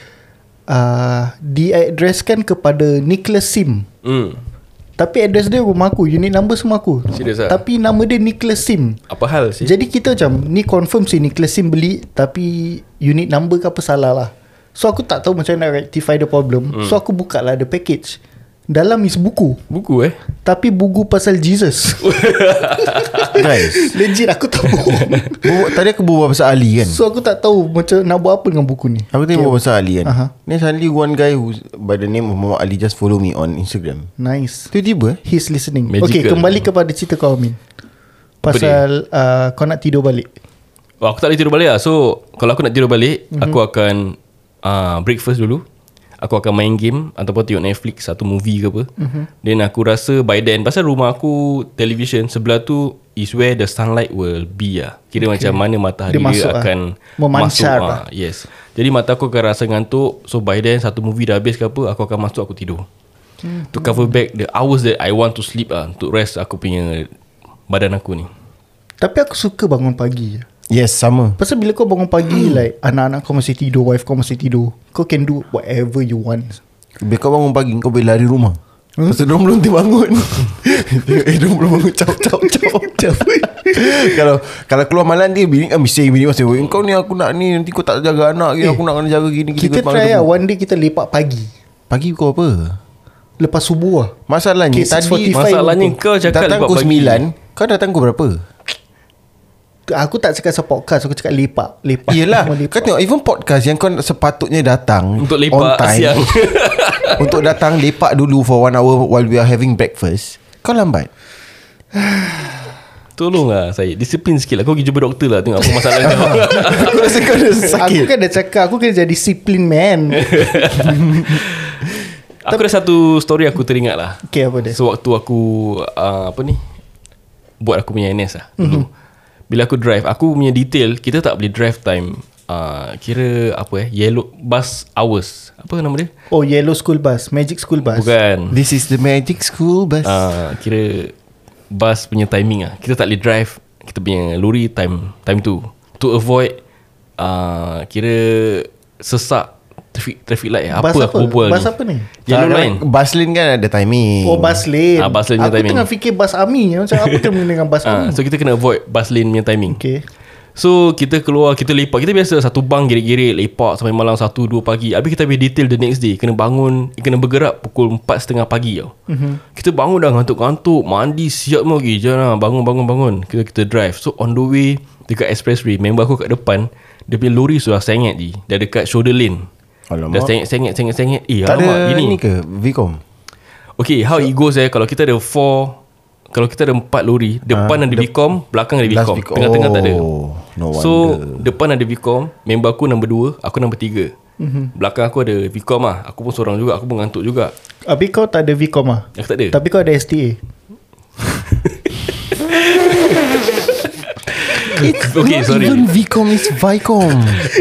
Speaker 4: uh, Diadreskan kepada Nicholas Sim
Speaker 3: hmm.
Speaker 4: Tapi address dia rumah aku Unit number semua aku
Speaker 3: Serius ah?
Speaker 4: Tapi nama dia Nicholas Sim
Speaker 3: Apa hal sih
Speaker 4: Jadi kita macam Ni confirm si Nicholas Sim beli Tapi Unit number ke apa salah lah So aku tak tahu macam mana nak rectify the problem So aku buka lah the package Dalam is buku
Speaker 3: Buku eh
Speaker 4: Tapi buku pasal Jesus
Speaker 2: [LAUGHS] Guys.
Speaker 4: Legit aku tak bohong
Speaker 2: bu- Tadi aku berbual pasal Ali kan.
Speaker 4: So aku tak tahu Macam nak buat apa dengan buku ni
Speaker 2: Aku tengok berbual pasal Ali kan.
Speaker 4: Aha.
Speaker 2: Then suddenly one guy who by the name of Muhammad Ali just follow me on Instagram.
Speaker 4: Nice
Speaker 2: Tiba-tiba eh.
Speaker 4: He's listening Magical.
Speaker 3: Magical.
Speaker 4: Okay kembali kepada cerita kau Amin Pasal uh, Kau nak tidur balik
Speaker 3: Oh, aku tak boleh tidur balik lah So Kalau aku nak tidur balik
Speaker 4: Mhm.
Speaker 3: mm-hmm. Aku akan uh, Breakfast dulu Aku akan main game Ataupun tengok Netflix Satu movie ke apa
Speaker 4: Mhm.
Speaker 3: mm-hmm. Then aku rasa By then Pasal rumah aku Television sebelah tu Is where the sunlight will be lah Kira okay. macam mana matahari
Speaker 4: Dia
Speaker 3: dia,
Speaker 4: masuk
Speaker 3: dia
Speaker 4: lah.
Speaker 3: akan
Speaker 4: Memancar
Speaker 3: masuk,
Speaker 4: lah.
Speaker 3: ah, Yes Jadi mata aku akan rasa ngantuk So by then Satu movie dah habis ke apa Aku akan masuk aku tidur To
Speaker 4: Mhm.
Speaker 3: cover back The hours that I want to sleep lah Untuk rest aku punya Badan aku ni
Speaker 4: Tapi aku suka bangun pagi
Speaker 2: Yes, sama.
Speaker 4: Pasal bila kau bangun pagi Like anak-anak kau masih tidur Wife kau masih tidur Kau can do whatever you want
Speaker 2: Bila kau bangun pagi Kau boleh lari rumah hmm? Pasal diorang belum terbangun [LAUGHS] Eh diorang belum bangun Cap cap
Speaker 4: [LAUGHS]
Speaker 2: cap cap Kalau Kalau keluar malam dia Bini kan mesti Bini masih "Oi, Kau ni aku nak ni Nanti kau tak jaga anak eh, Aku nak kena jaga gini gini,
Speaker 4: Kita
Speaker 2: kau
Speaker 4: try
Speaker 2: bangun.
Speaker 4: lah One day kita lepak pagi
Speaker 2: Pagi kau apa
Speaker 4: Lepas subuh lah
Speaker 2: Masalahnya
Speaker 4: Okay,
Speaker 2: tadi
Speaker 4: 6:45
Speaker 3: Masalahnya
Speaker 4: pun.
Speaker 3: kau cakap
Speaker 2: Datang
Speaker 3: lepas
Speaker 2: pukul
Speaker 3: pagi.
Speaker 2: 9 Kau datang pukul
Speaker 4: [LAUGHS]
Speaker 2: berapa
Speaker 4: Aku tak cakap pasal podcast Aku cakap lepak Lepak
Speaker 2: Yelah
Speaker 4: Cuma [LAUGHS] lepak.
Speaker 2: Kau tengok even podcast Yang kau sepatutnya datang
Speaker 3: Untuk
Speaker 2: on
Speaker 3: lepak
Speaker 2: time,
Speaker 3: siang
Speaker 2: [LAUGHS]
Speaker 3: [LAUGHS]
Speaker 2: Untuk datang lepak dulu For one hour While we are having breakfast Kau lambat
Speaker 3: Tolong lah saya Disiplin sikit lah Kau pergi jumpa doktor lah Tengok apa
Speaker 4: [LAUGHS]
Speaker 3: masalah kau
Speaker 2: Aku rasa kau dah
Speaker 4: Aku kan dah cakap Aku kena jadi discipline [LAUGHS] man
Speaker 3: Aku ada satu story aku teringat lah
Speaker 4: Okay apa dia so,
Speaker 3: So waktu aku uh, Apa ni Buat aku punya NS lah
Speaker 4: Mhm.
Speaker 3: Dulu Bila aku drive Aku punya detail Kita tak boleh drive time uh, Kira apa eh Yellow Bus hours Apa nama dia
Speaker 4: Oh yellow school bus Magic school bus
Speaker 3: Bukan
Speaker 2: This is the magic school bus
Speaker 3: uh, Kira Bus punya timing lah Kita tak boleh drive Kita punya lori time Time tu To avoid uh, Kira Sesak Traffic, traffic light
Speaker 4: Bus
Speaker 3: Apa
Speaker 4: apa?
Speaker 3: aku berbual
Speaker 4: Bus apa ni?
Speaker 3: Yellow
Speaker 2: Ah,
Speaker 3: line
Speaker 2: Bus lane kan ada timing
Speaker 4: Oh bus lane
Speaker 3: Ah, bus lane punya
Speaker 4: Aku
Speaker 3: timing.
Speaker 4: tengah fikir bus army Macam apa kena [LAUGHS] dengan bus
Speaker 3: Ah,
Speaker 4: army
Speaker 3: So kita kena avoid Bus lane punya timing
Speaker 4: Okay
Speaker 3: So kita keluar Kita lepak Kita biasa satu bang girik-girik Lepak sampai malam 1-2 pagi Habis kita ambil detail the next day Kena bangun eh, Kena bergerak pukul 4.30 pagi tau
Speaker 2: Mhm.
Speaker 3: Kita bangun dah ngantuk-ngantuk Mandi siap mau pergi Jangan lah bangun bangun bangun kita, kita drive So on the way Dekat expressway Member aku kat depan Dia punya lori sudah sengit je Dah dekat shoulder lane Dah
Speaker 2: Alamak.
Speaker 3: sengit-sengit sengit-sengit Eh
Speaker 2: Tak
Speaker 3: alamak
Speaker 2: ada
Speaker 3: gini
Speaker 2: ni ke Vicom
Speaker 3: Okay how it goes eh Kalau kita ada 4 Kalau kita ada 4 lori
Speaker 2: Ah,
Speaker 3: Depan ada Vicom Belakang ada Vicom
Speaker 2: Vic-
Speaker 3: Tengah-tengah tak ada
Speaker 2: Oh, no
Speaker 3: So depan ada Vicom Member aku nombor 2 Aku nombor 3
Speaker 2: Mhm.
Speaker 3: mm-hmm. Belakang aku ada Vicom lah Aku pun seorang juga Aku mengantuk juga
Speaker 4: Habis kau tak ada VCOM lah
Speaker 3: Aku tak ada
Speaker 4: Tapi kau ada STA
Speaker 2: It's
Speaker 3: [LAUGHS] Okay,
Speaker 2: not
Speaker 3: sorry.
Speaker 2: even Vicom It's
Speaker 3: [LAUGHS]
Speaker 2: Vicom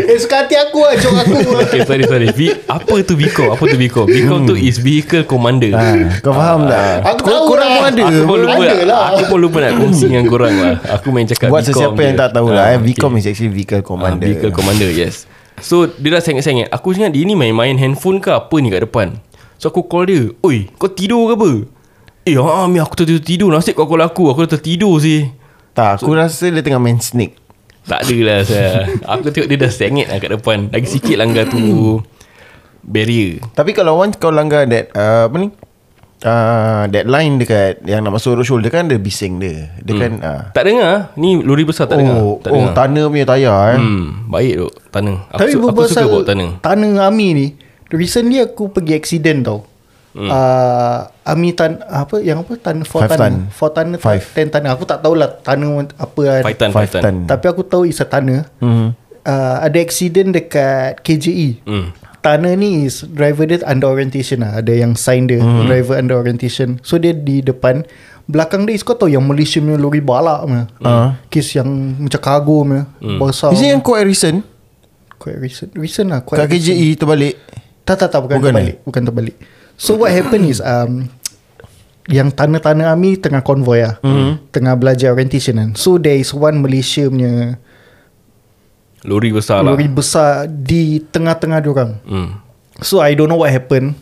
Speaker 4: Eh suka hati aku lah Jok aku [LAUGHS]
Speaker 3: Okay sorry sorry v, Apa tu Vicom Apa tu Vicom Vicom tu is Vehicle Commander
Speaker 2: ha, Kau faham tak
Speaker 4: Aku
Speaker 2: Kor-
Speaker 4: tahu
Speaker 2: Korang
Speaker 4: lah.
Speaker 2: pun ada
Speaker 3: Aku pun lupa
Speaker 4: Ada lah.
Speaker 3: lah. Aku pun lupa nak kongsi dengan korang lah Aku main cakap
Speaker 2: Buat
Speaker 3: Vicom
Speaker 2: sesiapa
Speaker 3: je.
Speaker 2: yang tak tahu lah eh,
Speaker 3: Ah,
Speaker 2: Vicom
Speaker 3: okay.
Speaker 2: is actually Vehicle Commander
Speaker 3: Ah, vehicle commander yes So dia dah sengit-sengit Aku ingat dia ni main-main handphone ke apa ni kat depan So aku call dia Oi kau tidur ke apa Eh ah, Mi aku tertidur-tidur Nasib kau call aku Aku dah tertidur sih
Speaker 2: Tak aku rasa dia tengah main snake
Speaker 3: Tak ada lah saya. Aku tengok dia dah sengit lah kat depan Lagi sikit langgar tu Barrier
Speaker 2: Tapi kalau once kau langgar that uh, apa ni? Uh, that line dekat yang nak masuk roadshow dia kan ada bising dia. Dia hmm. kan uh,
Speaker 3: Tak dengar Ni lori besar tak dengar
Speaker 2: oh,
Speaker 3: Tak
Speaker 2: oh
Speaker 3: dengar
Speaker 2: tanah punya tayar eh. Hmm.
Speaker 3: Hmm, baik tu tanah. Aku,
Speaker 4: Tapi
Speaker 3: su- aku suka
Speaker 4: berpasal
Speaker 3: bawa tanah.
Speaker 4: Tanah Ami ni Recently aku pergi accident tau hmm. uh, Ami tan Apa Yang apa Tan For
Speaker 2: Five
Speaker 4: tanah
Speaker 2: tan.
Speaker 4: For tanah
Speaker 2: Five.
Speaker 4: Ten tanah Aku tak tahulah Tanah apa kan
Speaker 3: Five tan,
Speaker 2: Five
Speaker 3: five tan.
Speaker 2: tan.
Speaker 4: Tapi aku tahu It's a tanah hmm. uh, Ada accident dekat KJE
Speaker 3: Hmm.
Speaker 4: Tanah ni is driver dia under orientation lah. Ada yang sign dia mm. driver under orientation. So dia di depan belakang dia is kau tahu yang Malaysia punya lori balak punya.
Speaker 2: Ah.
Speaker 4: Kes yang macam kargo punya. Mm. Besar.
Speaker 2: Is it yang Kuat Harrison?
Speaker 4: quite recent? Recent lah quite
Speaker 2: Kat KJE terbalik.
Speaker 4: Tak tak tak bukan,
Speaker 2: Bukan
Speaker 4: bukan terbalik.
Speaker 3: eh?
Speaker 4: Bukan terbalik. So what happened is um yang tanah-tanah AMI tengah konvoy lah.
Speaker 3: Hmm.
Speaker 4: Mm. Tengah belajar orientation kan. So there is one Malaysia punya
Speaker 3: Lori besar lah.
Speaker 4: lori besar di tengah-tengah diorang.
Speaker 3: Hmm.
Speaker 4: So I don't know what happened.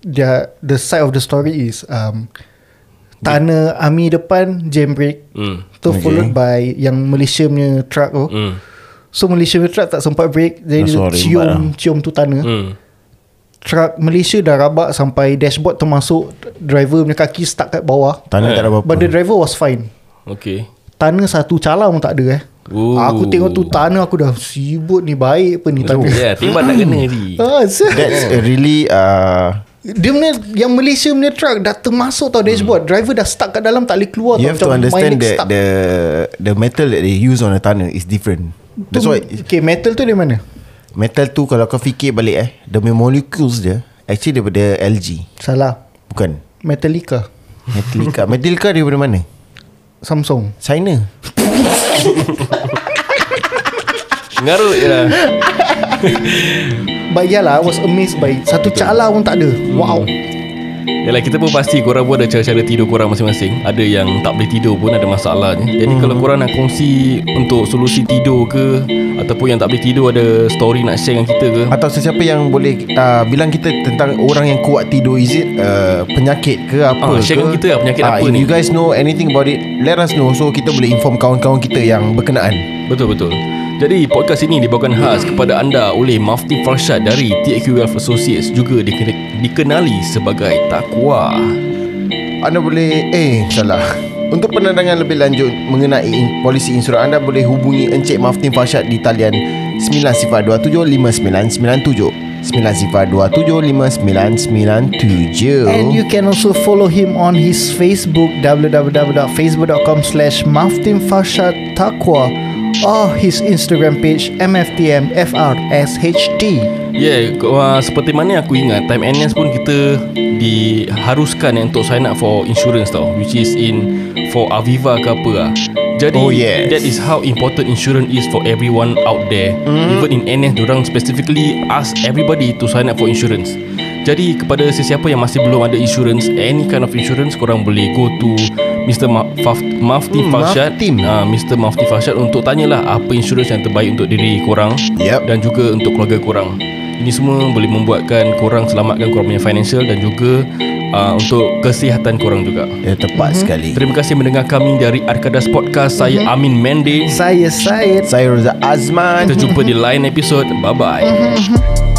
Speaker 4: The the side of the story is um tanah ami depan jam break.
Speaker 3: Hmm.
Speaker 4: Tu okay. followed by yang Malaysia punya truck tu.
Speaker 3: Hmm.
Speaker 4: So Malaysia punya truck tak sempat break jadi dia
Speaker 2: Langsung rembat
Speaker 4: cium
Speaker 2: lah.
Speaker 4: cium tu tanah.
Speaker 3: Hmm.
Speaker 4: Truck Malaysia dah rabak sampai dashboard termasuk driver punya kaki stuck kat bawah.
Speaker 3: Eh,
Speaker 2: Tanah tak ada apa-apa.
Speaker 4: But the driver was fine.
Speaker 3: Okay.
Speaker 4: Tanah satu calang pun tak ada eh.
Speaker 3: Ooh.
Speaker 4: Aku tengok tu tanah aku dah sibuk ni baik apa ni
Speaker 3: Betul.
Speaker 4: tanah.
Speaker 3: Ya, timbal tak kena ni.
Speaker 4: [LAUGHS] Ah, sir.
Speaker 2: That's a really uh,
Speaker 4: Dia punya Yang Malaysia punya truck Dah termasuk tau dashboard Driver dah stuck kat dalam Tak boleh keluar
Speaker 2: you
Speaker 4: tau
Speaker 2: have to
Speaker 4: Macam
Speaker 2: understand
Speaker 4: mining
Speaker 2: that
Speaker 4: stuck.
Speaker 2: the the metal that they use on the tanah is different.
Speaker 4: tu,
Speaker 2: That's why
Speaker 4: Okay metal tu dari mana
Speaker 2: metal tu kalau kau fikir balik eh, the molecules dia actually daripada LG.
Speaker 4: Salah
Speaker 2: Bukan.
Speaker 4: Metallica
Speaker 3: [LAUGHS]
Speaker 2: Metallica. Metallica daripada mana?
Speaker 4: Samsung
Speaker 2: China.
Speaker 3: Ngarut je lah.
Speaker 4: But yeah lah I was amazed by it. Satu cala pun tak ada Wow
Speaker 3: Yalah kita pun pasti korang pun ada cara-cara tidur korang masing-masing Ada yang tak boleh tidur pun ada masalahnya Jadi hmm. kalau korang nak kongsi untuk solusi tidur ke Ataupun yang tak boleh tidur ada story nak share dengan kita ke
Speaker 2: Atau sesiapa yang boleh uh, Bilang kita tentang Orang yang kuat tidur Is it uh, penyakit ke apa
Speaker 3: Ah,
Speaker 2: ke
Speaker 3: sharekan kita lah penyakit
Speaker 2: Ah,
Speaker 3: apa
Speaker 2: if
Speaker 3: ni.
Speaker 2: you guys know anything about it Let us know So kita boleh inform kawan-kawan kita Yang berkenaan
Speaker 3: Betul-betul Jadi podcast ini dibawakan khas kepada anda oleh Mafti Farshad dari TQ Wealth Associates Juga dikena- dikenali sebagai Takwa
Speaker 2: Anda boleh Eh salah untuk penerangan lebih lanjut mengenai in- polisi insurans anda boleh hubungi Encik Maftin Farshad di talian 90275997 90275997
Speaker 4: And you can also follow him on his Facebook www.facebook.com slash Maftin Farshad Taqwa Or his Instagram page MFTMFRSHT
Speaker 3: Ya, yeah, uh, seperti mana aku ingat Time NS pun kita diharuskan yang untuk sign up for insurance tau Which is in for Aviva ke apa lah Jadi
Speaker 2: Oh, yes.
Speaker 3: that is how important insurance is for everyone out there
Speaker 2: Hmm.
Speaker 3: mm. Even in NS, orang specifically ask everybody to sign up for insurance Jadi kepada sesiapa yang masih belum ada insurance Any kind of insurance, korang boleh go to Mr. Ma- Faf- Mafti
Speaker 2: Hmm,
Speaker 3: Farshad
Speaker 2: Maftim.
Speaker 3: Ah, Mr. Mafti Farshad untuk tanyalah apa insurans yang terbaik untuk diri korang
Speaker 2: Yep.
Speaker 3: dan juga untuk keluarga korang. Ini semua boleh membuatkan korang selamatkan korang punya financial dan juga uh, untuk kesihatan korang juga.
Speaker 2: ya, tepat
Speaker 4: Mhm.
Speaker 2: mm-hmm. sekali
Speaker 3: Terima kasih mendengar kami dari Arkadas Podcast. Saya Amin Mende.
Speaker 4: Saya Syed
Speaker 2: saya Roza Azman
Speaker 3: Kita jumpa di lain episod. Bye-bye.
Speaker 2: Bye.